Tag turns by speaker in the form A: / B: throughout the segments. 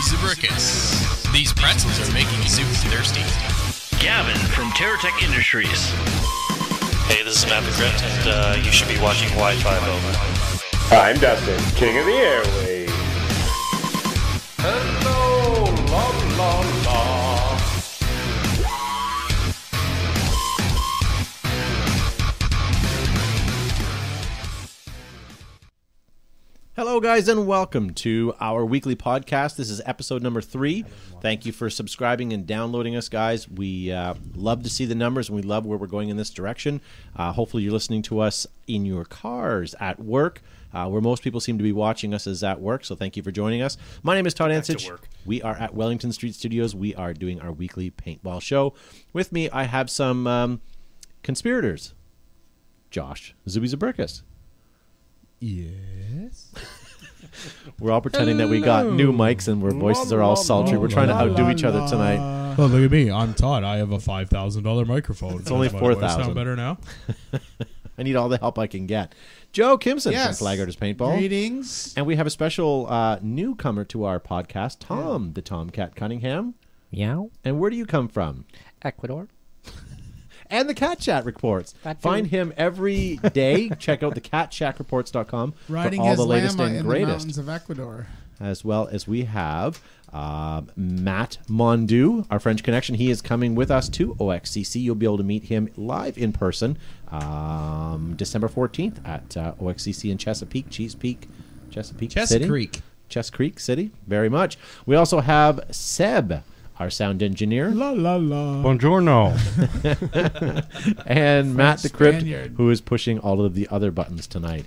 A: Zubricus. These pretzels are making me super thirsty.
B: Gavin from TerraTech Industries.
C: Hey, this is Matt McGriff, and uh, you should be watching Wi-Fi over.
D: I'm Dustin, King of the Airways. Hello, la la la.
E: Hello, guys, and welcome to our weekly podcast. This is episode number three. Thank you for subscribing and downloading us, guys. We uh, love to see the numbers and we love where we're going in this direction. Uh, hopefully, you're listening to us in your cars, at work, uh, where most people seem to be watching us is at work. So, thank you for joining us. My name is Todd Ansich. We are at Wellington Street Studios. We are doing our weekly paintball show. With me, I have some um, conspirators Josh Zuby Zabricus.
F: Yes.
E: We're all pretending that we got new mics and our voices are all sultry. We're trying to outdo each other tonight.
F: Oh, look at me. I'm Todd. I have a $5,000 microphone. It's
E: only $4,000.
F: Sound better now?
E: I need all the help I can get. Joe Kimson
G: Yes.
E: from Flaggarters Paintball.
G: Greetings.
E: And we have a special uh, newcomer to our podcast, Tom, the Tomcat Cunningham.
H: Meow.
E: And where do you come from?
H: Ecuador.
E: and the Cat Chat reports.
H: That
E: Find
H: too.
E: him every day. Check out the catchatreports.com for
G: Riding
E: all
G: his
E: the latest
G: llama
E: and
G: in the
E: greatest.
G: mountains of Ecuador.
E: as well as we have um, Matt Mondu, our French connection. He is coming with us to OXCC. You'll be able to meet him live in person um, December 14th at uh, OXCC in Chesapeake, Cheese Peak, Chesapeake City.
F: Chesapeake.
E: Chess Creek City, very much. We also have Seb, our sound engineer,
F: La la la.
I: Buongiorno.
E: and Matt the Crypt,
G: Spaniard.
E: who is pushing all of the other buttons tonight.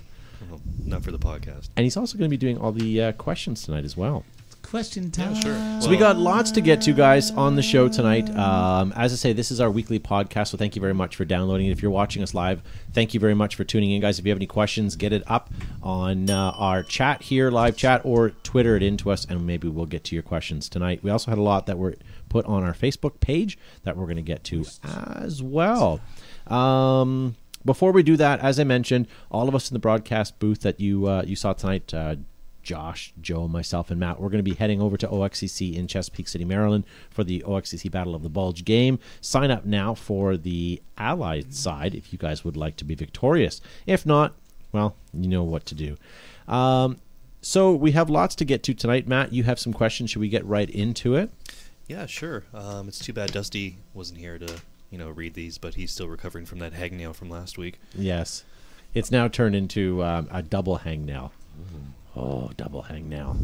C: Not for the podcast.
E: And he's also going to be doing all the uh, questions tonight as well.
G: Question time.
E: So we got lots to get to, guys, on the show tonight. Um, as I say, this is our weekly podcast, so thank you very much for downloading it. If you're watching us live, thank you very much for tuning in, guys. If you have any questions, get it up on uh, our chat here, live chat, or Twitter it into us, and maybe we'll get to your questions tonight. We also had a lot that were put on our Facebook page that we're going to get to as well. Um, before we do that, as I mentioned, all of us in the broadcast booth that you uh, you saw tonight. Uh, Josh, Joe, myself, and Matt. We're going to be heading over to OXCC in Chesapeake City, Maryland for the OXCC Battle of the Bulge game. Sign up now for the Allied side if you guys would like to be victorious. If not, well, you know what to do. Um, so we have lots to get to tonight. Matt, you have some questions. Should we get right into it?
C: Yeah, sure. Um, it's too bad Dusty wasn't here to, you know, read these, but he's still recovering from that hangnail from last week.
E: Yes. It's now turned into um, a double hangnail. Oh, double hangnail.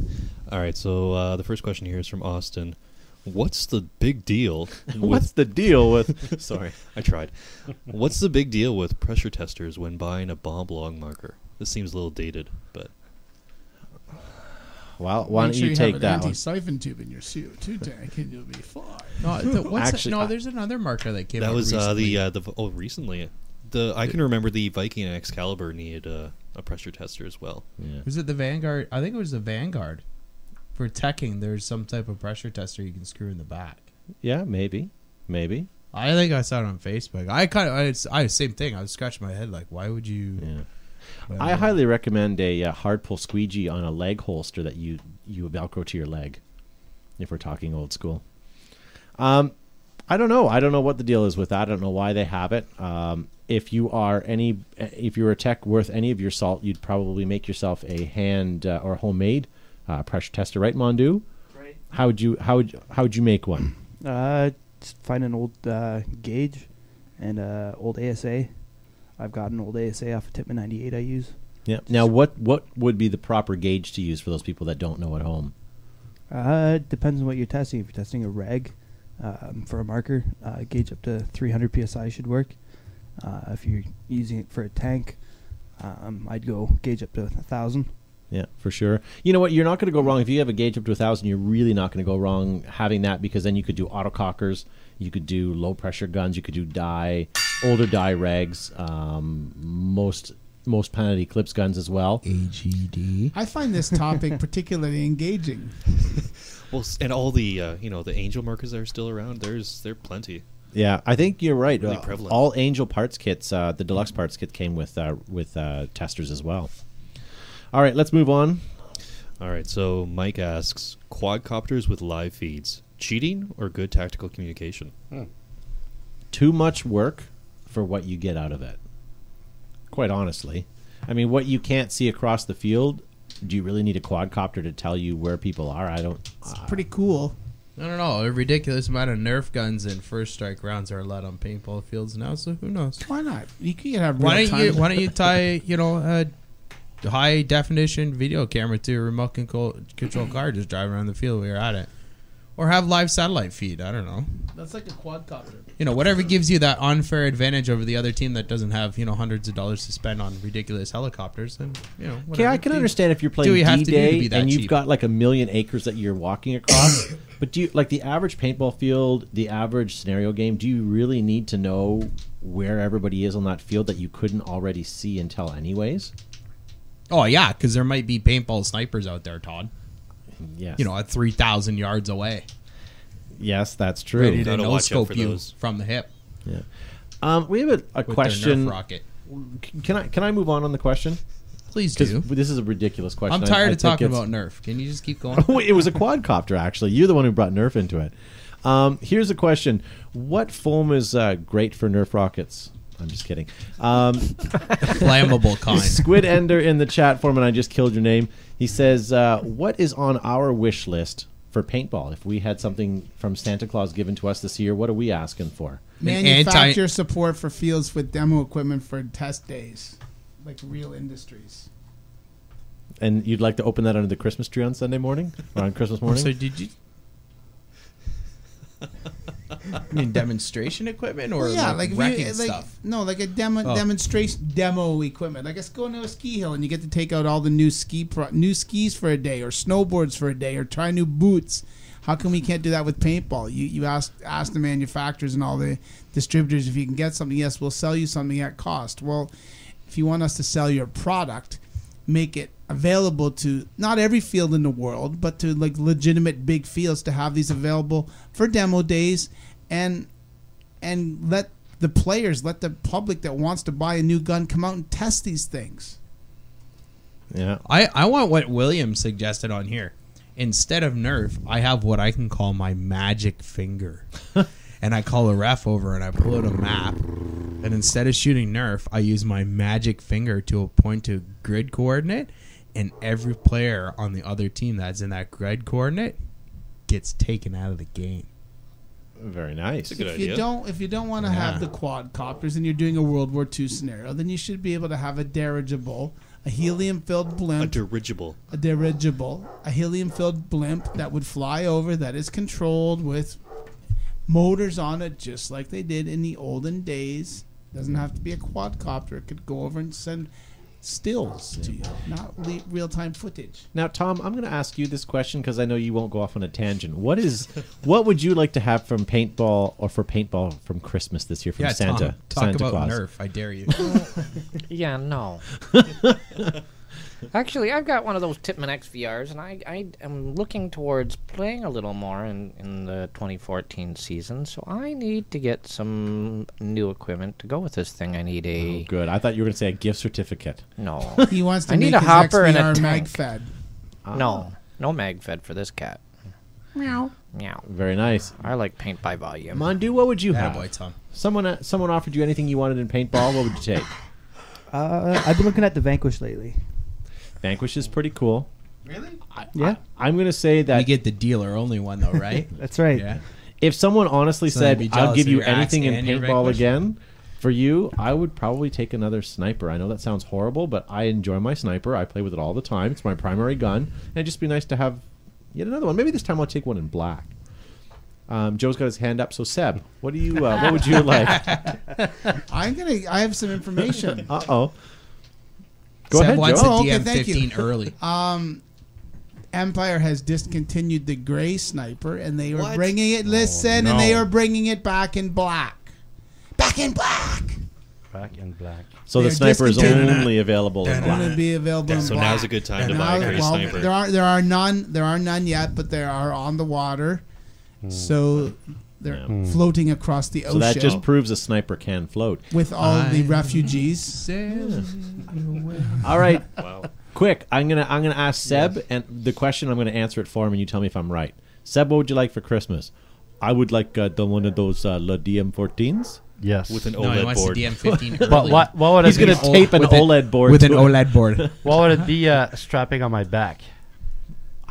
C: All right, so uh, the first question here is from Austin. What's the big deal with?
E: What's the deal with? Sorry.
C: I tried. What's the big deal with pressure testers when buying a bomb log marker? This seems a little dated, but
E: Well, why don't
G: Make sure
E: you take
G: have
E: that
G: an
E: one?
G: anti-siphon tube in your CO2 tank, and you'll be fine.
F: No, th- what's
E: Actually,
F: that? no
E: I-
F: there's another marker that came
C: that
F: out
C: was uh,
F: recently.
C: the uh, the oh recently the I can remember the Viking and Excalibur needed uh, a pressure tester as well.
F: Was it the Vanguard? I think it was the Vanguard. For teching, there's some type of pressure tester you can screw in the back.
E: Yeah, maybe. Maybe.
F: I think I saw it on Facebook. I kind of, I, it's- I same thing. I was scratching my head like, why would you?
E: Yeah.
F: whatever.
E: I highly recommend a uh, hard pull squeegee on a leg holster that you you velcro to your leg. If we're talking old school, um, I don't know. I don't know what the deal is with that. I don't know why they have it. Um, if you are any, eh, if you're a tech worth any of your salt, you'd probably make yourself a hand uh, or homemade uh, pressure tester, right, Mondu?
J: Right.
E: How would you how would how would you make one?
J: Uh, just find an old uh, gauge and uh, old ASA. I've got an old ASA off of Tipman 98 I use.
E: Yeah. Now, what what would be the proper gauge to use for those people that don't know at home?
J: Uh, it depends on what you're testing. If you're testing a reg um, for a marker, uh, gauge up to 300 psi should work. Uh, if you're using it for a tank, um, I'd go gauge up to 1,000.
E: Yeah, for sure. You know what? You're not going to go wrong if you have a gauge up to a thousand. You're really not going to go wrong having that because then you could do autocockers, you could do low pressure guns, you could do die, older die regs, um, most most painted eclipse guns as well.
C: Mm.
F: AGD.
G: I find this topic particularly engaging.
C: Well, s- and all the uh, you know the angel markers that are still around. There's there are plenty.
E: Yeah, I think you're right.
C: Really
E: Uh,
C: prevalent.
E: All Angel parts kits, uh, the deluxe parts kit came with uh, with uh, testers as well. All right, let's move on.
C: All right, so Mike asks, quadcopters with live feeds. Cheating or good tactical communication?
E: too much work for what you get out of it. Quite honestly. I mean, what you can't see across the field, do you really need a quadcopter to tell you where people are? I don't.
F: Ah.
E: uh,
G: Pretty cool.
F: I don't know. A ridiculous amount of Nerf guns and first strike rounds are allowed on paintball fields now, so who knows?
G: Why not? You can have real
F: Why don't
G: time.
F: you Why don't you tie you know a high definition video camera to a remote control control car just drive around the field while you're at it, or have live satellite feed? I don't know.
G: That's like a quadcopter.
F: You know whatever gives you that unfair advantage over the other team that doesn't have you know hundreds of dollars to spend on ridiculous helicopters. And you know
E: Okay,
F: whatever.
E: I can
F: Do-
E: understand if you're
F: do we
E: playing
F: have
E: D
F: to do to
E: Day
F: be that
E: and you've
F: cheap?
E: got like a million acres that you're walking across. but do you like the average paintball field, the average scenario game? Do you really need to know where everybody is on that field that you couldn't already see and tell anyways?
F: Oh yeah, because there might be paintball snipers out there, Todd.
E: Yes,
F: You know, at three thousand yards away,
E: yes, that's
F: ready
E: true.
F: to
C: Gotta
F: no
C: watch out
F: scope
C: for
F: you
C: those.
F: from the hip
E: Um, we have a, a
F: with
E: question.
F: their Nerf rocket.
E: C- Can I can I move on on the question?
F: Please do.
E: Because this is a ridiculous question.
F: I'm
E: I-
F: tired
E: I think
F: of talking
E: it's-
F: about Nerf. Can you just keep going?
E: Wait, it was a quadcopter, actually. You're the one who brought Nerf into it. Um, here's a question: What foam is uh, great for Nerf rockets? I'm just kidding. Um,
F: Flammable kind.
E: Squid Ender in the chat form, and I just killed your name. He says, uh, "What is on our wish list for paintball? If we had something from Santa Claus given to us this year, what are we asking for?"
G: Manufacture support for fields with demo equipment for test days, like real industries.
E: And you'd like to open that under the Christmas tree on Sunday morning or on Christmas morning?
F: So did you? I mean, demonstration equipment or
G: Well, yeah,
F: like,
G: like, if
F: wrecking
G: you, eh, like
F: stuff.
G: no, like a demo
F: Oh.
G: demonstration demo equipment. Like, let's go into a ski hill and you get to take out all the new ski pro- new skis for a day, or snowboards for a day, or try new boots. How come we can't do that with paintball? You you ask ask the manufacturers and all the distributors if you can get something. Yes, we'll sell you something at cost. Well, if you want us to sell your product, make it available to not every field in the world, but to like legitimate big fields to have these available for demo days and and let the players, let the public that wants to buy a new gun come out and test these things.
E: yeah.
F: I, I want what William suggested on here. Instead of Nerf, I have what I can call my magic finger. and I call a ref over and I pull out a map. And instead of shooting Nerf, I use my magic finger to point to grid coordinate. And every player on the other team that's in that grid coordinate gets taken out of the game.
E: Very nice.
C: Good
G: if
C: idea.
G: you don't if you don't want to have the quadcopters and you're doing a World War II scenario, then you should be able to have a dirigible, a helium filled
C: A
G: blimp,
C: dirigible.
G: a dirigible, a helium filled blimp that would fly over that is controlled with motors on it just like they did in the olden days. Doesn't have to be a quadcopter. It could go over and send stills to you, not le- real time footage.
E: Now, Tom, I'm going to ask you this question because I know you won't go off on a tangent. What is, what would you like to have from paintball or for paintball from Christmas this year from
F: Yeah, Tom,
E: Santa?
F: talk
E: Santa
F: about
E: Claus.
F: Nerf. I dare you.
H: Yeah, no. Actually, I've got one of those Titman XVRs, and I, I am looking towards playing a little more in, in the 2014 season, so I need to get some new equipment to go with this thing. I need a.
E: Oh, Good. I thought you were going to say a gift certificate.
H: No.
G: He wants to
H: I
G: make
H: need a
G: his
H: hopper and a
G: XVR mag
H: tank.
G: fed.
H: No. No mag fed for this cat.
G: Meow.
H: Meow.
E: Very nice,
H: I like paint by volume.
E: Mondu. What would you have?
F: boy, Tom.
E: Someone, uh, someone offered you anything you wanted in paintball. What would you take?
J: Uh, I've been looking at the Vanquish lately.
E: Vanquish is pretty cool.
J: Yeah,
E: I'm going to say
F: You
E: that
F: get the dealer only one, though, right?
J: that's right.
F: yeah.
E: if someone honestly
F: So they'd
E: said,
F: be
E: "I'll
F: jealous
E: give
F: of
E: you
F: your axe
E: anything in
F: and your
E: paintball
F: Vanquish?
E: again," for you, I would probably take another sniper. I know that sounds horrible, but I enjoy my sniper. I play with it all the time. It's my primary gun, and it'd just be nice to have yet another one. Maybe this time I'll take one in black. Um, Joe's got his hand up. So Seb, what do you? Uh, what would you like? Uh
G: I'm gonna. I have some information.
E: oh. Go
F: Seb
E: ahead,
F: wants
E: Joe.
G: Oh,
F: a
G: okay, thank you.
F: DM15 early.
E: Ah.
G: Empire has discontinued the gray sniper, and they are
C: What?
G: bringing it. Listen, and
C: Oh,
G: they are bringing it back in black. Back in black.
I: Black and black.
E: So the
G: They're
E: sniper is
G: discontinued.
E: only available in
G: Going
E: black.
G: to be available in
C: So
G: black.
C: now's a good time to buy
G: Now-
C: a gray
G: well,
C: sniper.
G: There are there are none. There are none yet, but there are on the water,
C: Hmm.
G: so they're floating across the
E: So
G: ocean
E: that just proves a sniper can float.
G: with all the refugees.
F: Sailing
E: All right, Quick, I'm gonna I'm gonna ask Seb and the question. I'm gonna answer it for him, and you tell me if I'm right. Seb, what would you like for Christmas? I would like uh, the one of those uh, La DM14s.
I: Yes.
C: with an
F: No, he
C: OLED
F: wants
C: board.
F: the DM15.
I: but
F: early.
I: what what would
E: E He's
I: it
E: gonna
I: be?
F: With
E: tape an
F: with
E: OLED board
F: with an E
E: to it.
F: OLED board.
I: What would it be uh, strapping on my back?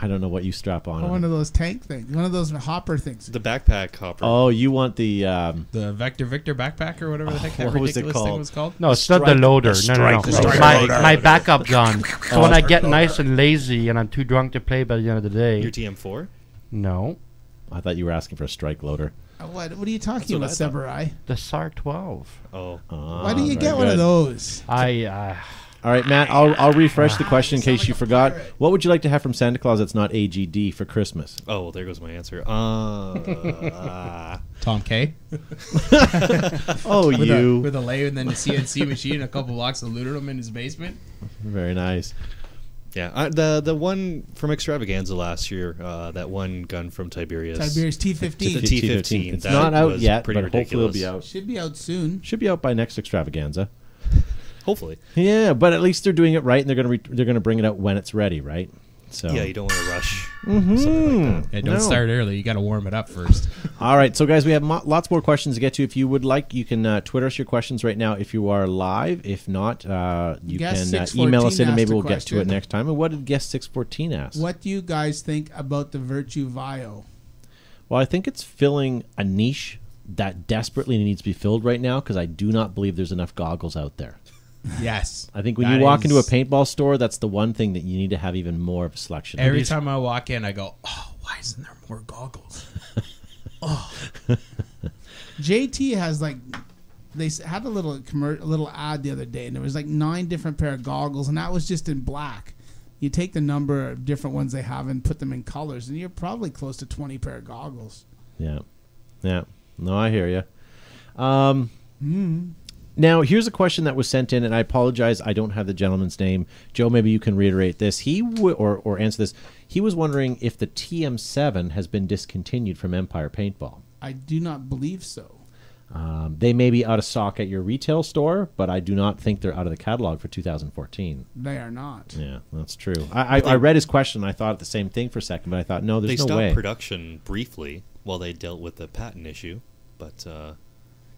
E: I don't know what you strap on.
G: Or
E: it.
G: one of those tank things, one of those hopper things.
C: the backpack hopper.
E: Oh, you want the um,
F: the Vector Victor backpack or whatever the heck that
E: What was
F: ridiculous
E: it
F: thing
E: called?
F: was called.
I: No, it's not the loader. No, no, no.
F: strike
I: my
F: loader.
I: my backup gun. So
E: Oh,
I: when I
E: strike
I: get nice and lazy and I'm too drunk to play by the end of the
C: your
I: day.
C: TM4.
I: No,
E: I thought you were asking for a strike loader.
G: Uh, What, what are you talking about,
C: That's what
G: Severai?
I: the SAR 12.
C: Oh,
G: Why do you
E: Ah, very
G: get one
E: good.
G: of those?
I: I uh,
E: All right, Matt, I'll, I'll refresh the question in case you forgot. What would you like to have from Santa Claus that's not AGD for Christmas?
C: oh, well, there goes my answer. Uh,
F: Tom K.
E: Oh,
F: With a,
E: you.
F: with a lay and then the CNC machine and a couple blocks of Luterum in his basement.
E: Very nice.
C: yeah, I, the the one from Extravaganza last year. Uh, that one gun from Tiberius.
G: Tiberius T15
C: T15. T15.
E: It's
C: That
E: not out
C: was
E: yet, but
C: pretty
E: hopefully it'll be
C: ridiculous.
E: out.
G: should be out soon.
E: Should be out by next extravaganza.
C: Hopefully,
E: Yeah, but at least they're doing it right, and they're gonna re- they're gonna bring it out when it's ready, right? So
C: yeah, you don't want to rush.
F: Yeah, don't
E: No.
F: start early. You got to warm it up first.
E: All right, so guys, we have mo- lots more questions to get to. If you would like, you can uh, Twitter us your questions right now if you are live. If not, uh, you
G: Guest
E: can uh, email us
G: 614
E: in and maybe
G: asked a
E: we'll get to it
G: question.
E: next time. And what did guest 614 ask?
G: What do you guys think about the Virtue Vio?
E: Well, I think it's filling a niche that desperately needs to be filled right now because I do not believe there's enough goggles out there.
F: Yes.
E: I think when
F: That
E: you walk
F: is-
E: into a paintball store, that's the one thing that you need to have even more of a selection. of.
F: Every time I walk in, I go, oh, why isn't there more goggles?
G: JT has like they s- had a little commer- a little ad the other day, and there was like nine different pair of goggles, and that was just in black. You take the number of different ones they have and put them in colors, and you're probably close to twenty pair of goggles.
E: Yeah. Yeah. No, I hear you. Um, Now, here's a question that was sent in, and I apologize. I don't have the gentleman's name. Joe, maybe you can reiterate this. He w- or, or answer this. He was wondering if the TM7 has been discontinued from Empire Paintball.
G: I do not believe so.
E: Um, they may be out of stock at your retail store, but I do not think they're out of the catalog for 2014.
G: They are not.
E: Yeah, that's true. I, I, I read his question. and I thought the same thing for a second, but I thought, no,
C: they
E: there's
C: stopped
E: no way.
C: production briefly while they dealt with the patent issue, but uh,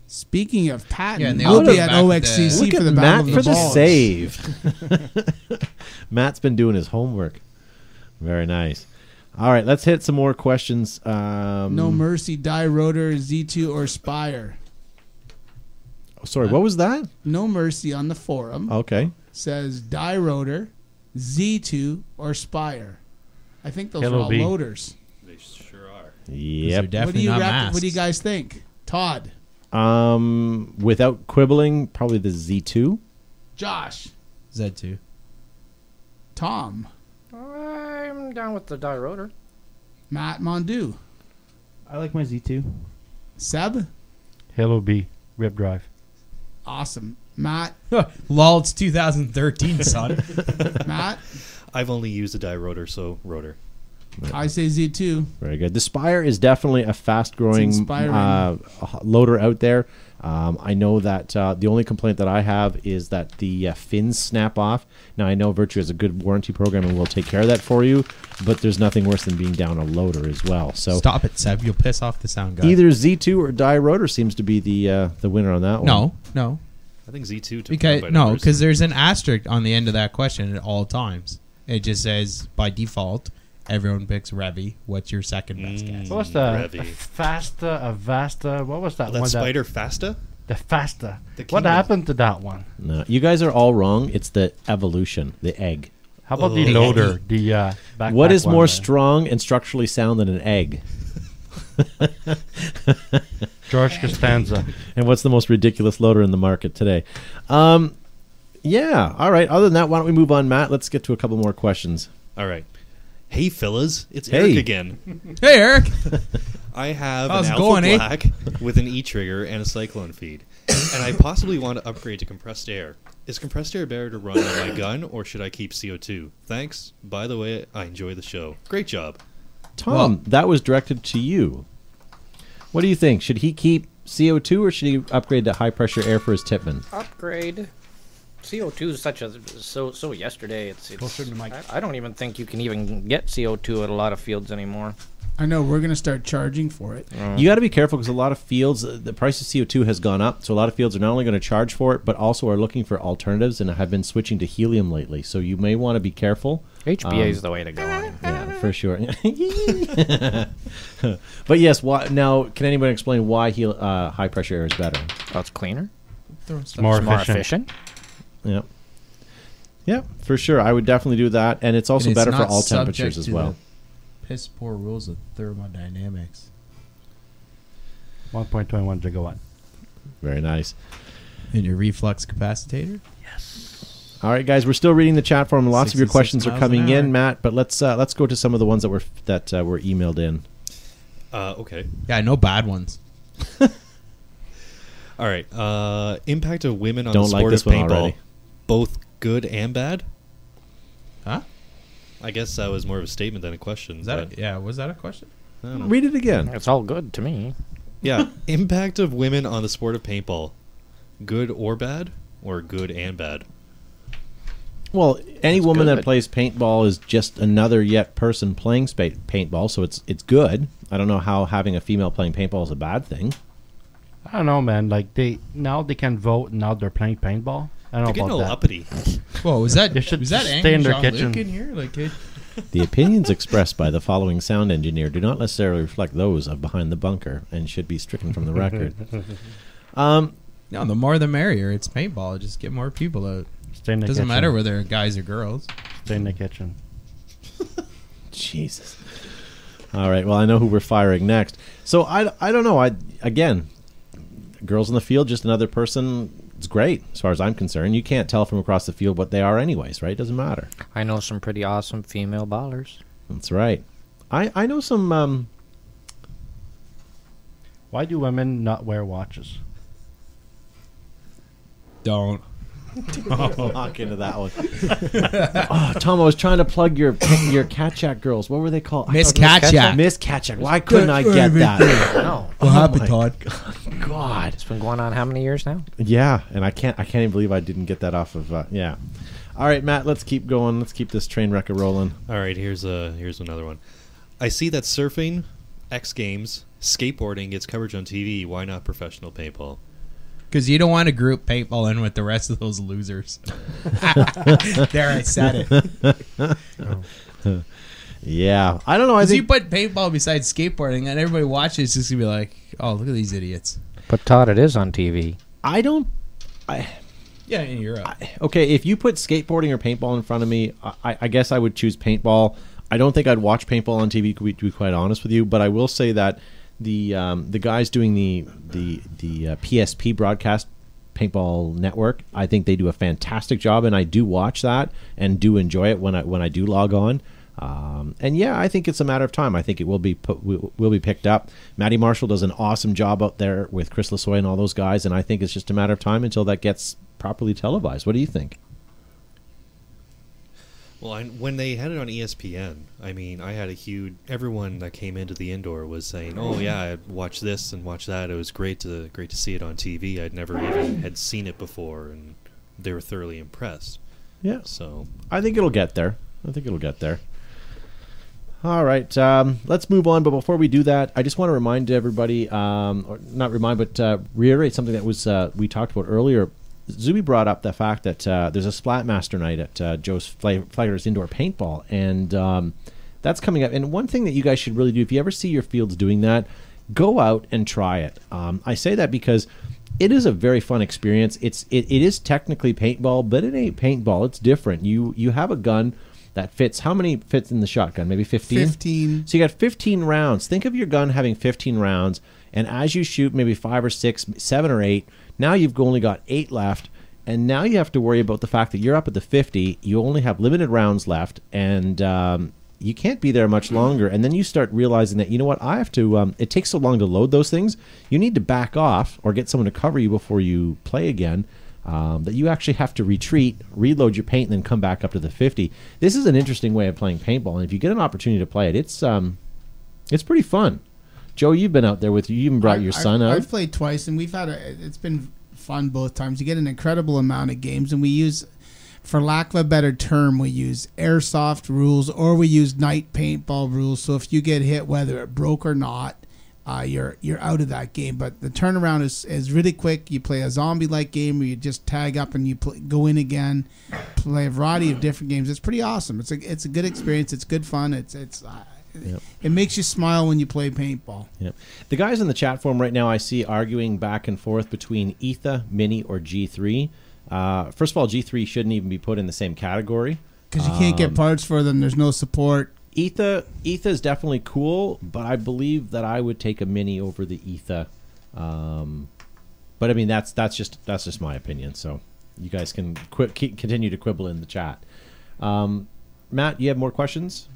G: Speaking of patent,
F: Yeah, and they
G: we'll
F: also
G: be at
F: back with
G: OXCC
E: Look
G: for
E: at
G: the
E: Matt
G: Battle
E: for
G: of the
E: the
G: Balls.
E: save. Matt's been doing his homework. Very nice. All right, let's hit some more questions. Um,
G: No mercy, die rotor, Z2 or Spire.
E: sorry, what was that?
G: No mercy on the forum.
I: Oh.
E: Okay,
G: says die rotor, Z2, or Spire. I think those are
I: Hello,
G: all
I: B.
G: loaders.
C: they sure are.
F: They're
E: yep.
G: what do
F: definitely not
G: you rap-
F: masks.
G: What do you guys think, Todd,
E: Um, without quibbling, probably the Z two.
G: Josh,
F: Z2.
G: Tom,
H: I'm down with the die rotor.
G: Matt Mondu,
J: I like my Z2.
G: Seb?
I: Hello B rip drive.
G: Awesome. Matt,
F: Lol, it's 2013, son.
G: Matt,
C: I've only used a die rotor, so rotor.
G: I say Z2.
E: Very good. The Spire is definitely a fast
G: It's
E: growing
G: inspiring.
E: uh, loader out there. Um, I know that uh, the only complaint that I have is that the uh, fins snap off. Now, I know Virtue has a good warranty program and will take care of that for you, but there's nothing worse than being down a loader as well. So
F: Stop it, Seb. You'll piss off the sound guy.
E: either Z2 or Die Rotor seems to be the uh, the winner on that one.
F: No, no.
C: I think Z2 took
F: Because,
C: by
F: no,
C: numbers.
F: because there's an asterisk on the end of that question at all times. It just says, by default, everyone picks Revy. What's your second best guess?
I: What was the,
C: Revy.
I: the faster, a vaster? What was that
C: Oh, that
I: one?
C: spider Fasta.
I: That, the faster.
C: The
I: what
C: kingdom.
I: happened to that one?
E: No. You guys are all wrong. It's the evolution, the egg.
I: How about the
C: Oh.
I: loader? The uh, backpack
E: What is
I: one
E: more
I: there?
E: strong and structurally sound than an egg?
I: George Costanza.
E: and what's the most ridiculous loader in the market today. Um, yeah, all right. Other than that, why don't we move on, Matt? Let's get to a couple more questions.
C: All right. Hey, fellas, it's
E: Hey.
C: Eric again.
F: Hey, Eric.
C: I have
F: How's
C: an
F: it
C: Alpha
F: going, eh?
C: Black with an E trigger and a Cyclone feed, and I possibly want to upgrade to compressed air. Is compressed air better to run on my gun, or should I keep CO2? Thanks. By the way, I enjoy the show. Great job.
E: Tom,
F: Well-
E: that was directed to you. What do you think? Should he keep CO2 or should he upgrade to high pressure air for his Tipman?
H: Upgrade. CO2 is such a so so. Yesterday, it's, it's
I: Closer to the mic.
H: I, I don't even think you can even get CO2 at a lot of fields anymore.
G: I know we're gonna start charging for it.
E: You got to be careful because a lot of fields, uh, the price of CO2 has gone up. So a lot of fields are not only going to charge for it, but also are looking for alternatives and have been switching to helium lately. So you may want to be careful.
H: HBA is the way to go.
E: Yeah, for sure. but yes, why, now can anyone explain why hel- uh, high pressure air is better?
H: Oh, it's cleaner.
I: More
H: It's more
I: efficient.
H: efficient.
E: Yeah. Yeah, for sure. I would definitely do that, and it's also
F: And it's
E: better for
F: not
E: all
F: subject
E: temperatures as
F: to
E: well.
F: the Piss poor rules of thermodynamics.
I: 1.21 gigawatt.
E: Very nice.
F: And your reflux capacitator?
E: All right, guys, we're still reading the chat forum. Lots of your
F: 66
E: questions are
F: miles an
E: coming in,
F: hour.
E: Matt. But let's uh, let's go to some of the ones that were that uh, were emailed in.
C: Uh, okay.
F: Yeah, I know bad ones.
C: All right. Uh, impact of women on
E: Don't
C: the
E: like
C: sport
E: this
C: of
E: one
C: paintball.
E: already.
C: Both good and bad.
F: Huh?
C: I guess that was more of a statement than a question.
F: Is that
C: but-
F: a, yeah, was that a question?
E: Read it again.
H: It's all good to me.
C: yeah. Impact of women on the sport of paintball. Good or bad, or good and bad.
E: Well, any
H: That's
E: woman
H: good,
E: that
H: but-
E: plays paintball is just another yet person playing spa- paintball, so it's it's good. I don't know how having a female playing paintball is a bad thing.
I: I don't know, man. Like they now they can vote. Now they're playing paintball. I
C: They're
I: don't know
C: getting
I: about
C: all
I: that.
C: uppity.
F: Whoa, was that
I: They should
F: was that
I: just
F: angry
I: stay in their
F: Jean-Luc
I: kitchen.
F: in here? Like, it-
E: The opinions expressed by the following sound engineer do not necessarily reflect those of Behind the Bunker and should be stricken from the record. Um,
F: no, the more the merrier. It's paintball. Just get more people out.
I: Stay in the
F: Doesn't
I: kitchen.
F: matter whether they're guys or girls.
I: Stay in the kitchen.
E: Jesus. All right. Well, I know who we're firing next. So I, I don't know. I again, girls in the field, just another person. It's great as far as I'm concerned. You can't tell from across the field what they are, anyways, right? Doesn't matter.
H: I know some pretty awesome female ballers.
E: That's right. I, I know some. Um,
I: Why do women not wear watches?
F: Don't.
E: Lock into that one. oh, Tom, I was trying to plug your your Katchak girls. What were they called? I
F: Miss
E: thought-
F: Katchak.
E: Miss Katchak. Why couldn't I get that?
H: No,
F: What
E: happened,
F: Todd?
E: God.
H: it's been going on how many years now?
E: Yeah, and I can't. I can't even believe I didn't get that off of. Uh, yeah. All right, Matt. Let's keep going. Let's keep this train wreck a rolling.
C: All right, here's a here's another one. I see that surfing, X Games, skateboarding gets coverage on TV. Why not professional paintball?
F: Because you don't want to group paintball in with the rest of those losers. there, I said it.
E: Yeah, I don't know. I
F: Because you
E: think
F: put paintball beside skateboarding, and everybody watches, it's just gonna be like, "Oh, look at these idiots."
H: But Todd, it is on TV.
E: I don't.
F: Yeah, in Europe.
E: Okay, if you put skateboarding or paintball in front of me, I- I, I guess I would choose paintball. I don't think I'd watch paintball on TV. To be- to be quite honest with you, but I will say that the um, the guys doing the the the uh, PSP broadcast paintball network, I think they do a fantastic job, and I do watch that and do enjoy it when I when I do log on. Um, and yeah, I think it's a matter of time. I think it will be put, will will be picked up. Matty Marshall does an awesome job out there with Chris Lasoy and all those guys, and I think it's just a matter of time until that gets properly televised. What do you think?
C: Well, I, when they had it on E ESPN, I mean, I had a huge. Everyone that came into the indoor was saying, "Oh yeah, I watched this and watched that. It was great to great to see it on TV. I'd never even had seen it before, and they were thoroughly impressed."
E: Yeah,
C: So
E: I think it'll get there. I think it'll get there. All right, um, let's move on. But before we do that, I just want to remind everybody, um, or not remind, but uh, reiterate something that was uh, we talked about earlier. Zuby brought up the fact that uh, there's a Splatmaster night at uh, Joe's Fla- Flagler's Indoor Paintball, and um, that's coming up. And one thing that you guys should really do, if you ever see your fields doing that, go out and try it. Um, I say that because it is a very fun experience. It's it, it is technically paintball, but it ain't paintball. It's different. You you have a gun that fits how many fits in the shotgun? Maybe 15?
G: 15.
E: So you got 15 rounds. Think of your gun having 15 rounds, and as you shoot maybe five or six, seven or eight, now you've only got eight left, and now you have to worry about the fact that you're up at the 50. You only have limited rounds left, and um, you can't be there much longer. And then you start realizing that you know what I have to. Um, it takes so long to load those things. You need to back off or get someone to cover you before you play again um, that you actually have to retreat, reload your paint, and then come back up to the 50. This is an interesting way of playing paintball, and if you get an opportunity to play it, it's um, it's pretty fun. Joe, you've been out there with you. You even brought your
G: I-
E: son
G: I,
E: out.
G: I've played twice, and we've had a. It's been fun both times. You get an incredible amount of games, and we use, for lack of a better term, we use airsoft rules or we use night paintball rules. So if you get hit, whether it broke or not, uh, you're you're out of that game. But the turnaround is, is really quick. You play a zombie like game where you just tag up and you pl- go in again. Play a variety of different games. It's pretty awesome. It's a it's a good experience. It's good fun. It's it's uh,
E: Yep.
G: it makes you smile when you play paintball.
E: Yep. The guys in the chat forum right now, I see arguing back and forth between ETHA, Mini, or G3. Uh, first of all, G3 shouldn't even be put in the same category.
G: Because you can't
F: Um,
G: get parts for them. There's no support.
E: ETHA, ETHA is definitely cool, but I believe that I would take a Mini over the ETHA. Um, but I mean, that's that's just that's just my opinion. So you guys can qui- keep, continue to quibble in the chat. Um, Matt, you have more questions?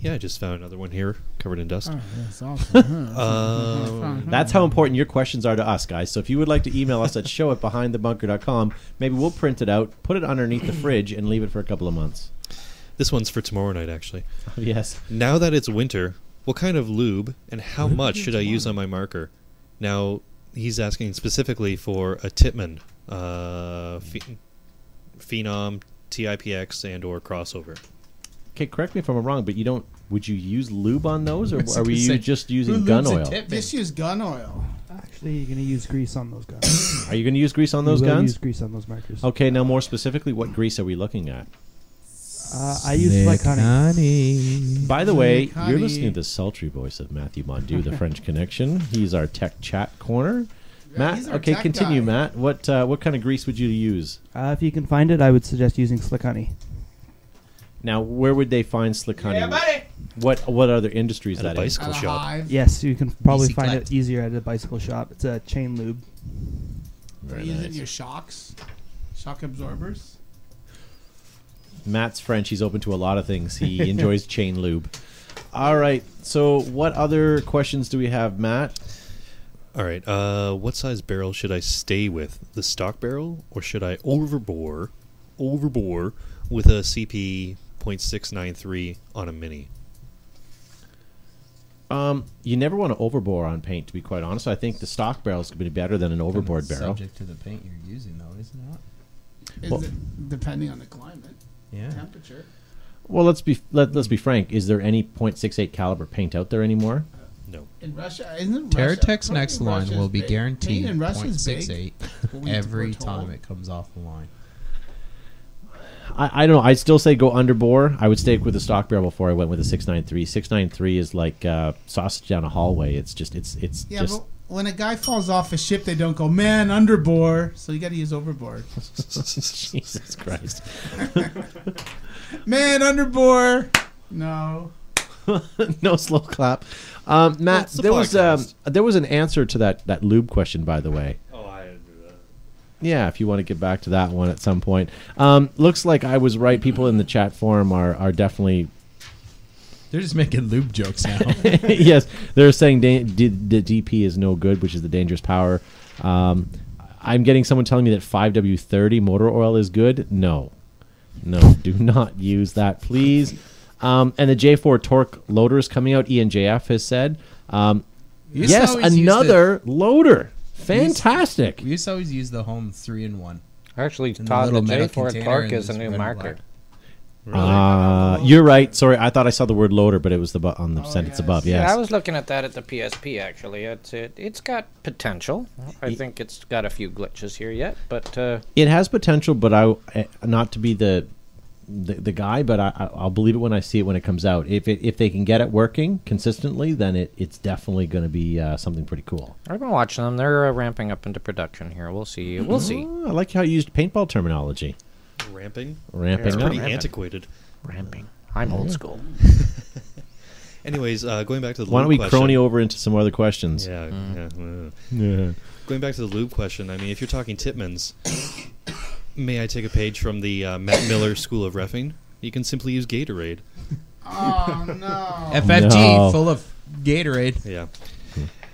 C: Yeah, I just found another one here covered in dust.
G: That's awesome. huh?
C: Um,
F: Mm-hmm.
E: That's how important your questions are to us, guys. So if you would like to email us at show at behindthebunker.com, maybe we'll print it out, put it underneath the fridge, and leave it for a couple of months.
C: this one's for tomorrow night, actually.
E: yes.
C: Now that it's winter, what kind of lube and how
E: Mm-hmm.
C: much should I use on my marker? Now, he's asking specifically for a Titman, uh, Phe- Phenom, TIPX, and or crossover.
E: Okay, correct me if I'm wrong, but you don't. Would you use lube on those, or
F: was
E: are
F: gonna
E: we
F: say,
E: just
F: Who
E: using gun
F: lubes a
E: oil?
F: tip, man?
G: Just use gun oil.
J: Actually, you're gonna use grease on those guns.
E: Are you going to use grease on
J: You
E: those
J: will
E: guns? Oh.
J: Use grease on those markers.
E: Okay, now more specifically, what grease are we looking at?
J: Uh, I use like honey.
F: honey.
E: By the way,
G: Mm,
E: you're
G: honey.
E: listening to the sultry voice of Matthew Bondu, the French Connection. He's our tech chat corner. Matt,
G: he's our
E: okay,
G: tech
E: continue,
G: guy.
E: Matt. What uh, what kind of grease would you use?
J: Uh, if you can find it, I would suggest using slick honey.
E: Now, where would they find slick honey?
F: Yeah, buddy.
E: What what other industries
C: At a
E: that is?
C: bicycle
G: At a
C: shop.
G: hive.
J: Yes, you can probably
F: Easy
J: find
F: collect.
J: it easier at a bicycle shop. It's a chain lube.
E: Very
G: using
E: nice.
G: your shocks, shock absorbers.
E: Matt's French. He's open to a lot of things. He enjoys chain lube. All right. So, what other questions do we have, Matt?
C: All right. Uh, what size barrel should I stay with? The stock barrel, or should I overbore, overbore with a CP .693 on a mini?
E: Um, you never want to overbore on paint, to be quite honest. I think the stock barrel is going to be better than an overboard barrel.
F: Subject to the paint you're using, though, is it not?
G: Is
E: Well-
G: it, depending on the climate,
F: Yeah.
G: temperature.
E: Well, let's be let, let's be frank. Is there any .68 caliber paint out there anymore?
C: No.
G: In Russia, isn't Russia-
F: Terratech's
G: probably
F: next line
G: Russia's
F: will be
G: big.
F: guaranteed
G: Pain in Russia's big.
F: 0.68
G: What we
F: every
G: were told.
F: time it comes off the line.
E: I, I don't know. I'd still say go underbore. I would stay with the stock barrel before I went with a 693. 693 is like uh, sausage down a hallway. It's just it's it's
G: Yeah,
E: just
G: but when a guy falls off a ship, they don't go man underboard. So you got to use overboard.
E: Jesus Christ.
G: Man underboard. No.
E: no slow clap. Um, Matt,
C: it's a
E: there was um,
C: podcast.
E: there was an answer to that that lube question, by the way.
C: Oh, I. Uh,
E: Yeah, if you want to get back to that one at some point. Um, looks like I was right. People in the chat forum are are definitely
F: They're just making lube jokes now.
E: yes. They're saying da- d- the DP is no good, which is the dangerous power. Um, I'm getting someone telling me that 5W30 motor oil is good. No, no, do not use that, please. Um, and the J4 torque loader is coming out. E ENJF has said, um,
F: You used to
E: yes,
F: always use the-
E: another loader.
F: used-
E: Fantastic.
F: we used to always use the home three in one.
H: Actually,
F: In the
H: Todd, the
F: little metal
H: J4
F: container
H: Torque
F: and
H: is a
F: this
H: new
F: red and
H: marker.
F: black.
E: Uh, you're right. Sorry, I thought I saw the word loader, but it was the bu- on the sentence
G: yes.
E: above. Yes.
H: Yeah, I was looking at that at the PSP actually. It's it, it's got potential. I think it's got a few glitches here yet, but uh,
E: it has potential, but I eh, not to be the the, the guy, but I, I- I'll believe it when I see it when it comes out. If it, if they can get it working consistently, then it, it's definitely going to be uh, something pretty cool.
H: I've been watching them. They're uh, ramping up into production here. We'll see. We'll see.
E: Oh, I like how you used paintball terminology.
C: ramping.
E: Ramping
C: It's
E: up.
C: pretty
H: Ramping.
C: antiquated.
H: Ramping. I'm old school.
C: Anyways, uh, going back to the
E: Why don't
C: lube
E: we
C: question.
E: crony over into some other questions?
C: Yeah, yeah. uh,
E: Yeah.
C: Going back to the lube question, I mean, if you're talking Titmans, may I take a page from the uh, Matt Miller School of Refing? You can simply use Gatorade.
G: Oh no.
F: FFG
E: No.
F: full of Gatorade.
C: Yeah.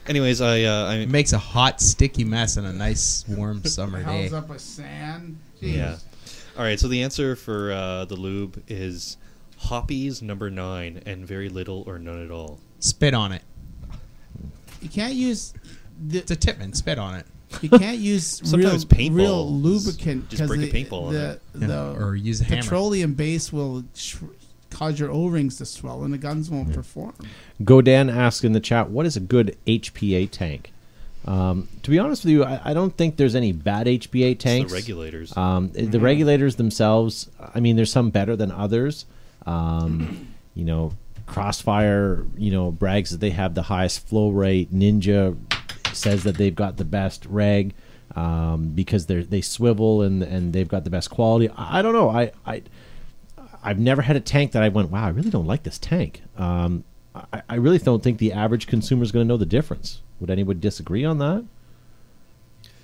C: Anyways, I uh, I
F: It
C: mean,
F: makes a hot, sticky mess on a nice, warm summer day.
G: Hell's up with sand. Jeez.
C: yeah. All right, so the answer for uh, the lube is Hoppy's number nine and very little or none at all.
F: Spit on it.
G: You can't use. The,
F: It's a Titman. Spit on it.
G: You can't use real,
C: Sometimes paintballs
G: real lubricant
C: just
G: because
C: break a
G: the,
C: paintball on
G: the,
F: Yeah,
G: the
F: or use a hammer.
G: petroleum base will sh- cause your O-rings to swell and the guns won't perform.
E: Godan asks in the chat, "What is a good HPA tank?" Um, to be honest with you, I, I don't think there's any bad HPA tanks.
C: regulators.
E: Um, The regulators themselves. I mean, there's some better than others. Um, you know, Crossfire. You know, brags that they have the highest flow rate. Ninja says that they've got the best reg um, because they they swivel and and they've got the best quality. I, I don't know. I, I I've never had a tank that I went, wow, I really don't like this tank. Um, I, I really don't think the average consumer is going to know the difference. Would anyone disagree on that?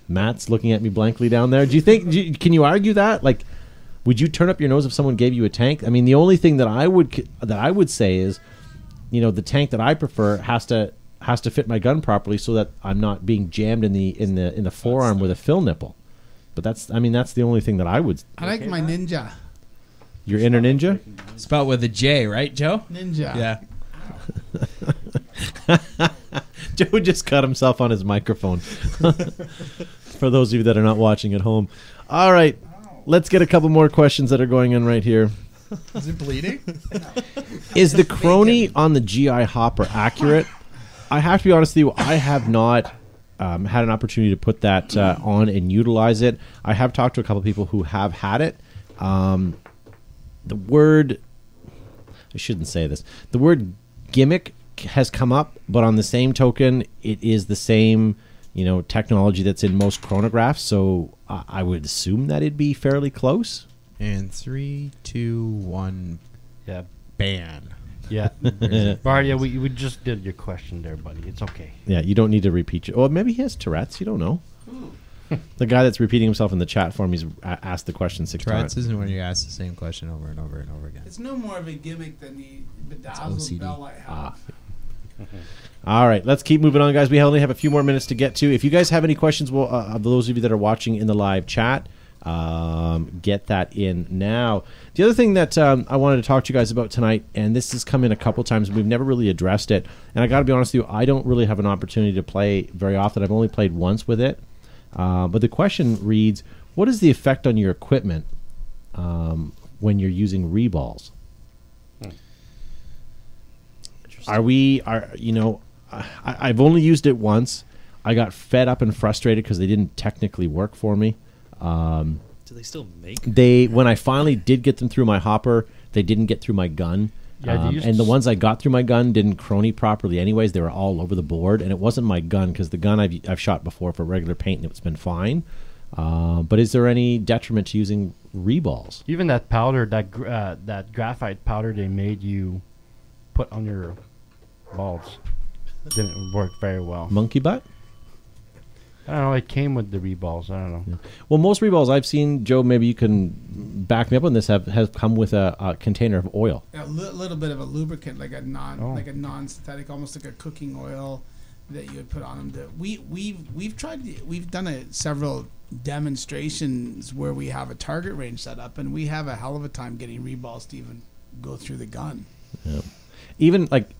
E: Matt's looking at me blankly down there. Do you think? Do you, can you argue that? Like, would you turn up your nose if someone gave you a tank? I mean, the only thing that I would c- that I would say is, you know, the tank that I prefer has to has to fit my gun properly so that I'm not being jammed in the in the in the forearm with a fill nipple. But that's I mean that's the only thing that I would.
G: I like my ninja.
E: Your inner ninja.
F: Spelled with a J, right, Joe?
G: Ninja.
F: Yeah.
E: Joe just cut himself on his microphone. For those of you that are not watching at home. All right. Let's get a couple more questions that are going in right here.
F: Is it bleeding?
E: Is the crony on the GI Hopper accurate? I have to be honest with you. I have not um, had an opportunity to put that uh, on and utilize it. I have talked to a couple of people who have had it. Um, the word I shouldn't say this. The word gimmick has come up, but on the same token, it is the same, you know, technology that's in most chronographs. So I, I would assume that it'd be fairly close.
F: And three, two, one,
I: Yeah.
F: ban.
I: Yeah. Bardia, we, we just did your question there, buddy. It's okay.
E: Yeah, you don't need to repeat. Your, or maybe he has Tourette's. You don't know. the guy that's repeating himself in the chat form, he's a- asked the question six
F: Tourette's
E: times.
F: isn't when you ask the same question over and over and over again.
G: It's no more of a gimmick than the bedazzled
F: OCD.
G: bell I have.
F: Ah,
E: All right, let's keep moving on, guys. We only have a few more minutes to get to. If you guys have any questions, well, uh, of those of you that are watching in the live chat, um, get that in now. The other thing that um, I wanted to talk to you guys about tonight, and this has come in a couple times, and we've never really addressed it. And I got to be honest with you, I don't really have an opportunity to play very often. I've only played once with it. Uh, but the question reads: What is the effect on your equipment um, when you're using reballs? Are we are you know? I, I've only used it once. I got fed up and frustrated because they didn't technically work for me.
C: Do they still make?
E: They when I finally did get them through my hopper, they didn't get through my gun.
I: Yeah, they
E: Um,
I: used
E: and the
I: s-
E: ones I got through my gun didn't crony properly. Anyways, they were all over the board, and it wasn't my gun because the gun I've I've shot before for regular paint and it's been fine. Uh, but is there any detriment to using reballs?
I: Even that powder, that gr- uh, that graphite powder they made you put on your balls didn't work very well.
E: Monkey butt.
I: I don't know. It came with the reballs. I don't know.
E: Well, most reballs I've seen, Joe, maybe you can back me up on this. Have have come with a, a container of oil.
G: a li- little bit of a lubricant, like a non,
I: Oh.
G: like a non-synthetic, almost like a cooking oil that you would put on them. That we we've we've tried, to- we've done a, several demonstrations where we have a target range set up, and we have a hell of a time getting reballs to even go through the gun.
E: even like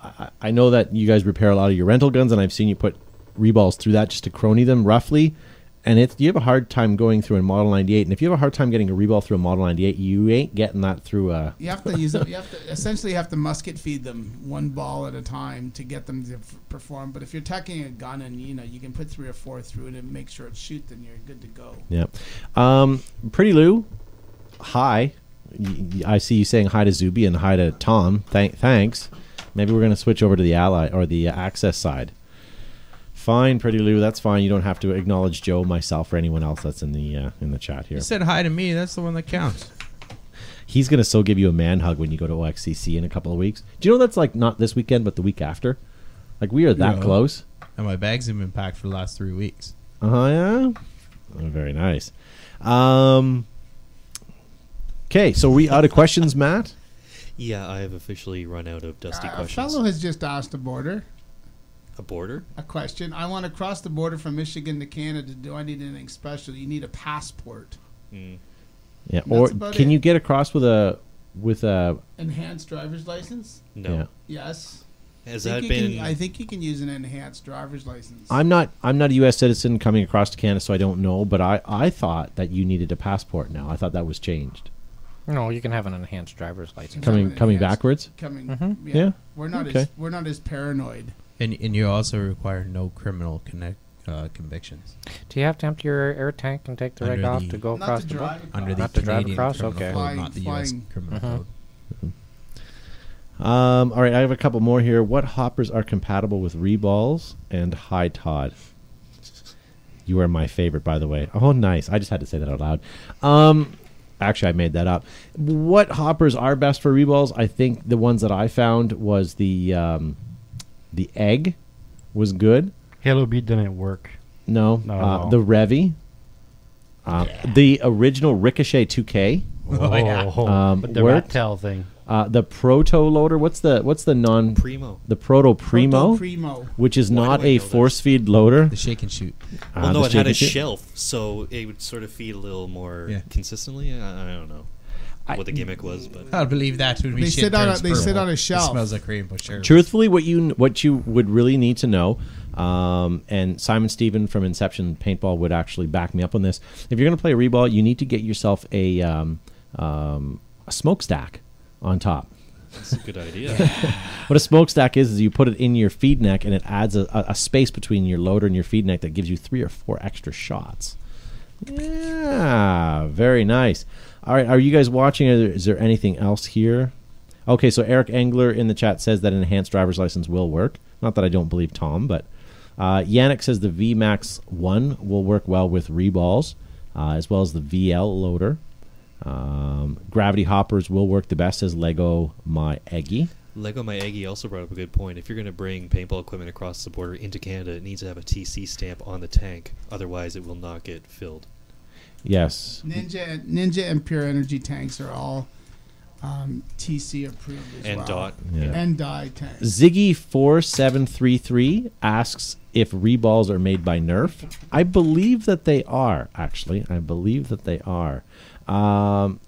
E: I, I know that you guys repair a lot of your rental guns, and I've seen you put reballs through that just to crony them roughly. And it's you have a hard time going through a Model 98, and if you have a hard time getting a reball through a Model 98, you ain't getting that through uh, a.
G: You have to use them. You have to essentially have to musket feed them one ball at a time to get them to f- perform. But if you're tacking a gun and you know you can put three or four through it and make sure it shoots, then you're good to go.
E: Yeah, um, Pretty Lou, hi. Y- y- I see you saying hi to Zuby and hi to Tom. Thank, thanks. Maybe we're gonna switch over to the ally or the uh, access side. Fine, Pretty Lou. That's fine. You don't have to acknowledge Joe, myself, or anyone else that's in the uh, in the chat here.
F: You said hi to me. That's the one that counts.
E: He's gonna still give you a man hug when you go to OXCC in a couple of weeks. Do you know that's like not this weekend, but the week after? Like we are that
F: Yeah.
E: close.
F: And my bags have been packed for the last three weeks.
E: Uh huh. Yeah. Oh, very nice. Um. Okay, so we out of questions, Matt.
C: Yeah, I have officially run out of dusty
G: Uh, a
C: questions.
G: fellow has just asked a border.
C: A border?
G: a question. I want to cross the border from Michigan to Canada. Do I need anything special? You need a passport,
E: Yeah. Or
G: That's about
E: can
G: it.
E: you get across with a with a
G: enhanced driver's license.
C: No.
E: Yeah.
G: Yes.
C: Has
G: I
C: that
G: think you
C: been?
G: can- I think you can use an enhanced driver's license.
E: I'm not. I'm not a U.S. citizen coming across to Canada, so I don't know. But I, I thought that you needed a passport now. I thought that was changed.
H: No, you can have an enhanced driver's license.
E: Coming,
G: Something
E: coming
G: enhanced.
E: backwards.
G: coming. Yeah.
E: Yeah.
G: we're not as
E: Okay.
G: we're not as paranoid.
F: And, and you also require no criminal connect, uh, convictions.
H: Do you have to empty your air tank and take the rig
F: Under
H: off
F: the-
H: to go
G: Not
H: across
G: to
H: the
G: drive
H: boat?
F: Under the
H: Not to drive
F: Canadian
H: across?
F: criminal
H: Okay. Uh-huh.
F: code, not the U.S.
G: Flying-
F: criminal code.
E: Um, all right, I have a couple more here. What hoppers are compatible with reballs and high Todd? You are my favorite, by the way. Oh, nice. I just had to say that out loud. Um, actually, I made that up. What hoppers are best for reballs? I think the ones that I found was the um, the egg was good.
I: Halo Beat didn't work.
E: No,
I: No.
E: uh, the Revy, uh, the original Ricochet 2K,
F: Oh, yeah.
E: Um,
I: but the
E: worked?
I: rat tail thing.
E: uh, the Proto Loader. What's the what's the non
C: Primo.
E: the Proto
G: Proto
E: Primo?
G: Primo.
E: which is
C: Why
E: not
C: do I
E: a
C: know this?
E: force feed loader.
F: The shake and shoot.
E: Uh,
C: Well, no,
E: the
C: it had a
E: chicken shit.
C: shelf, so it would sort of feed a little more
F: Yeah.
C: consistently. I, I don't know what the gimmick was, but
F: I believe that would be
G: They
F: shit
G: sit on a-
F: turns
G: they sit
F: purple.
G: on a shelf.
F: It smells like rainbow sherbet.
E: Truthfully, what you what you would really need to know, um, and Simon Steven from Inception Paintball would actually back me up on this. If you're going to play a reball, you need to get yourself a, um, um, a smokestack on top.
C: it's a good idea.
E: What a smokestack is is you put it in your feed neck, and it adds a, a, a space between your loader and your feed neck that gives you three or four extra shots. Yeah, very nice. All right, are you guys watching? Are there, is there anything else here? Okay, so Eric Engler in the chat says that enhanced driver's license will work. Not that I don't believe Tom, but uh, Yannick says the VMAX 1 will work well with reballs, uh, as well as the VL loader. Um, gravity hoppers will work the best, says Lego My Eggy.
C: Lego My Eggie also brought up a good point. If you're going to bring paintball equipment across the border into Canada, it needs to have a TC stamp on the tank. Otherwise, it will not get filled.
E: Yes.
G: Ninja Ninja and Pure Energy tanks are all um, TC approved as
C: And
G: well.
C: dot.
G: and die tanks.
E: Ziggy4733 asks if reballs are made by Nerf. I believe that they are, actually. I believe that they are. Um,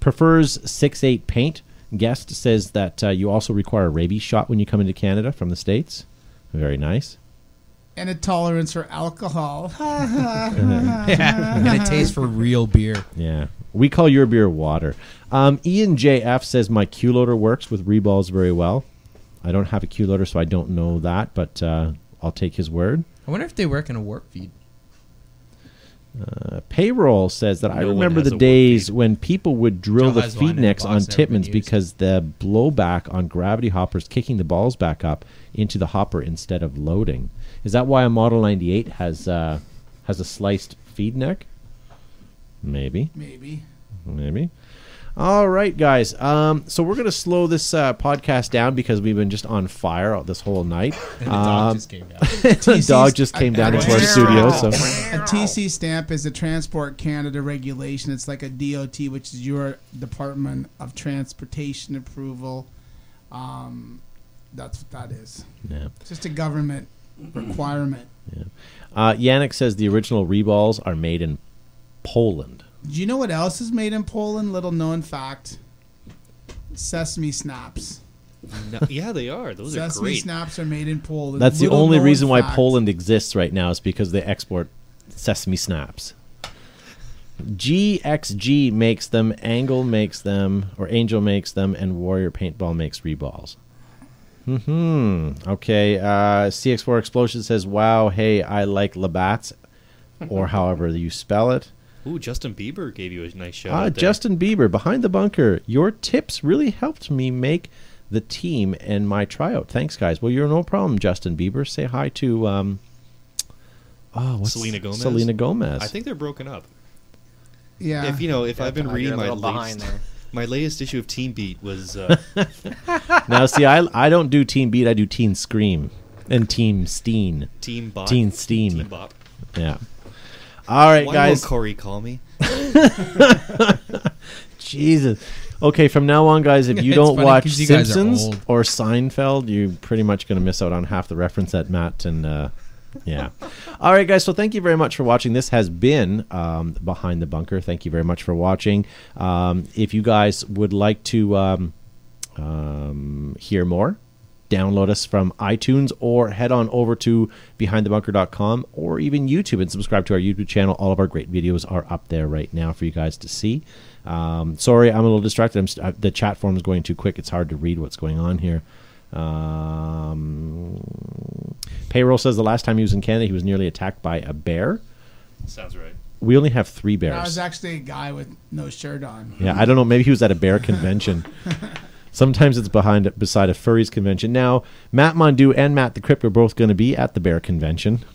E: prefers 6-8 paint. Guest says that uh, you also require a rabies shot when you come into Canada from the States. Very nice.
G: And a tolerance for alcohol.
F: and it tastes for real beer.
E: Yeah. We call your beer water. Um, Ian JF says my Q loader works with reballs very well. I don't have a Q loader, so I don't know that, but uh, I'll take his word.
F: I wonder if they work in a warp feed.
E: Payroll says that I
C: No one
E: remember
C: has a
E: the
C: warp
E: days
C: feed.
E: when people would drill
F: Joe
E: the
F: has
E: feed
F: one in a
E: necks on
F: box that everyone
E: Titmans
F: used.
E: because the blowback on gravity hoppers kicking the balls back up into the hopper instead of loading. Is that why a Model 98 has uh, has a sliced feed neck? Maybe.
G: Maybe.
E: Maybe. All right, guys. Um, so we're going to slow this uh, podcast down because we've been just on fire all- this whole night.
F: And the dog just came out.
E: The
G: TC's
E: dog just came down into our studio. So
G: A TC stamp is a Transport Canada regulation. It's like a DOT, which is your Department of Transportation approval. Um, that's what that is.
E: Yeah.
G: It's just a government requirement.
E: uh, Yannick says the original reballs are made in Poland.
G: Do you know what else is made in Poland? Little known fact. Sesame snaps.
C: No, yeah, they are. Those are
G: Sesame
C: great.
G: snaps are made in Poland.
E: That's the
G: Little
E: only
G: known
E: reason why
G: fact.
E: Poland exists right now is because they export sesame snaps. GXG makes them, Angle makes them, or Angel makes them, and Warrior Paintball makes reballs. Hmm. Okay. Uh, CX4 Explosion says, "Wow, hey, I like Labatt's," or however you spell it.
C: Ooh, Justin Bieber gave you a nice shout.
E: Ah,
C: out there.
E: Justin Bieber, behind the bunker. Your tips really helped me make the team and my tryout. Thanks, guys. Well, you're no problem, Justin Bieber. Say hi to um. Oh, what's
C: Selena Gomez?
E: Selena Gomez.
C: I think they're broken up.
G: Yeah.
C: If you know, if I've been
H: Definitely,
C: reading
H: you're a
C: my
H: little behind
C: latest,
H: there.
C: my latest issue of Team Beat was uh,
E: now, see, I I don't do Team Beat. I do Teen Scream and Team Steen.
C: Team Bop.
E: Teen Steam.
C: Team Bop.
E: Yeah. All right,
C: Why
E: guys.
C: won't Corey call me?
E: Jesus. Okay, from now on, guys, if you
F: It's
E: don't
F: funny
E: watch
F: 'cause you guys are
E: Simpsons
F: old.
E: or Seinfeld, you're pretty much going to miss out on half the reference that Matt and. Uh, yeah. All right, guys. So thank you very much for watching. This has been um, Behind the Bunker. Thank you very much for watching. Um, if you guys would like to um, um, hear more, download us from iTunes or head on over to behindthebunker.com or even YouTube and subscribe to our YouTube channel. All of our great videos are up there right now for you guys to see. Um, sorry, I'm a little distracted. I'm st- uh, the chat form is going too quick. It's hard to read what's going on here. Um, Payroll says the last time he was in Canada, he was nearly attacked by a bear.
C: Sounds right.
E: We only have three bears.
G: I was actually a guy with no shirt on.
E: Yeah, I don't know. Maybe he was at a bear convention. Sometimes it's behind beside a furries convention. Now, Matt Mondu and Matt the Crypt are both going to be at the bear convention,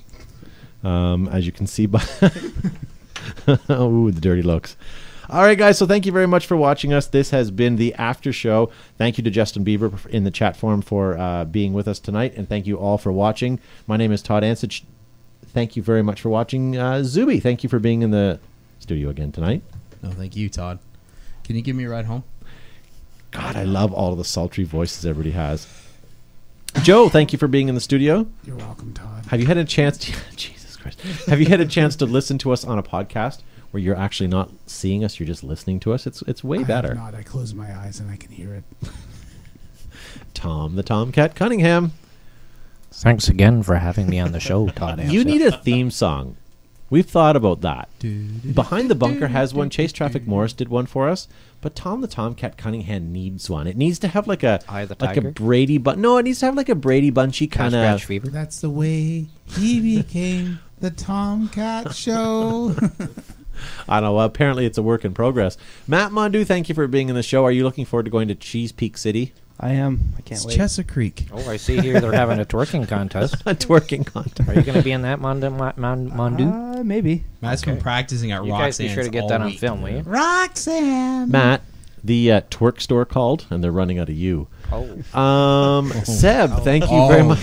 E: um, as you can see by ooh the dirty looks. All right, guys. So thank you very much for watching us. This has been the after show. Thank you to Justin Bieber in the chat forum for uh, being with us tonight, and thank you all for watching. My name is Todd Ansich. Thank you very much for watching, uh, Zuby. Thank you for being in the studio again tonight.
F: No, thank you, Todd. Can you give me a ride home?
E: God, I love all the sultry voices everybody has. Joe, thank you for being in the studio.
G: You're welcome, Todd.
E: Have you had a chance to, Jesus Christ. Have you had a chance to listen to us on a podcast where you're actually not seeing us, you're just listening to us? It's it's way
G: I,
E: better.
G: have not. I close my eyes and I can hear it.
E: Tom the Tomcat Cunningham.
H: Thanks again for having me on the show, Todd.
E: You need a theme song. We've thought about that. Behind the Bunker has one. Chase Traffic Morris did one for us, but Tom the Tomcat Cunningham needs one. It needs to have like a
H: Eye of the
E: like a
H: Tiger?
E: Brady but no, it needs to have like a Brady Bunchy kind of
H: scratch fever.
G: That's the way he became the Tomcat Show.
E: I don't know. Apparently, it's a work in progress. Matt Mondu, thank you for being in the show. Are you looking forward to going to Cheese Peak City?
J: I am. I can't
F: It's
J: wait.
F: Chesapeake.
H: Oh, I see here they're having a twerking contest.
E: A twerking contest.
H: Are you going to be in that Mondu? Mon, mon, Mondu?
J: Uh, maybe.
F: Matt's been practicing at
H: you guys
F: Roxanne's
H: be sure to get
F: all
H: that on
F: week.
H: film, will you?
G: Roxanne.
E: Matt, the uh, twerk store called, and they're running out of you.
H: Oh.
E: Um, Seb, thank you very
F: Oh.
E: much.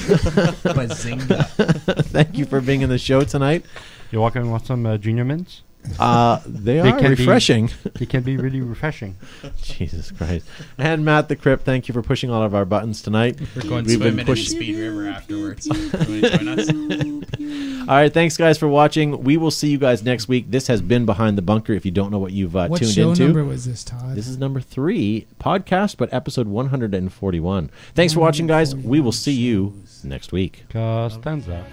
F: Bazinga.
E: thank you for being in the show tonight.
I: You walk in and want some uh, junior mints?
E: Uh, they,
I: They
E: are
I: can be-
E: refreshing.
I: It can be really refreshing.
E: Jesus Christ. And Matt the Crypt, thank you for pushing all of our buttons tonight.
F: We're going
E: We've been
F: swimming in the
E: push-
F: Speed River afterwards. You wanna join us?
E: All right, thanks guys for watching. We will see you guys next week. This has been Behind the Bunker. If you don't know what you've uh,
G: What
E: tuned
G: show
E: into,
G: number was this, Todd?
E: This is number three podcast, but episode 141. Thanks for watching, guys. We will see you next week.
I: Costanza.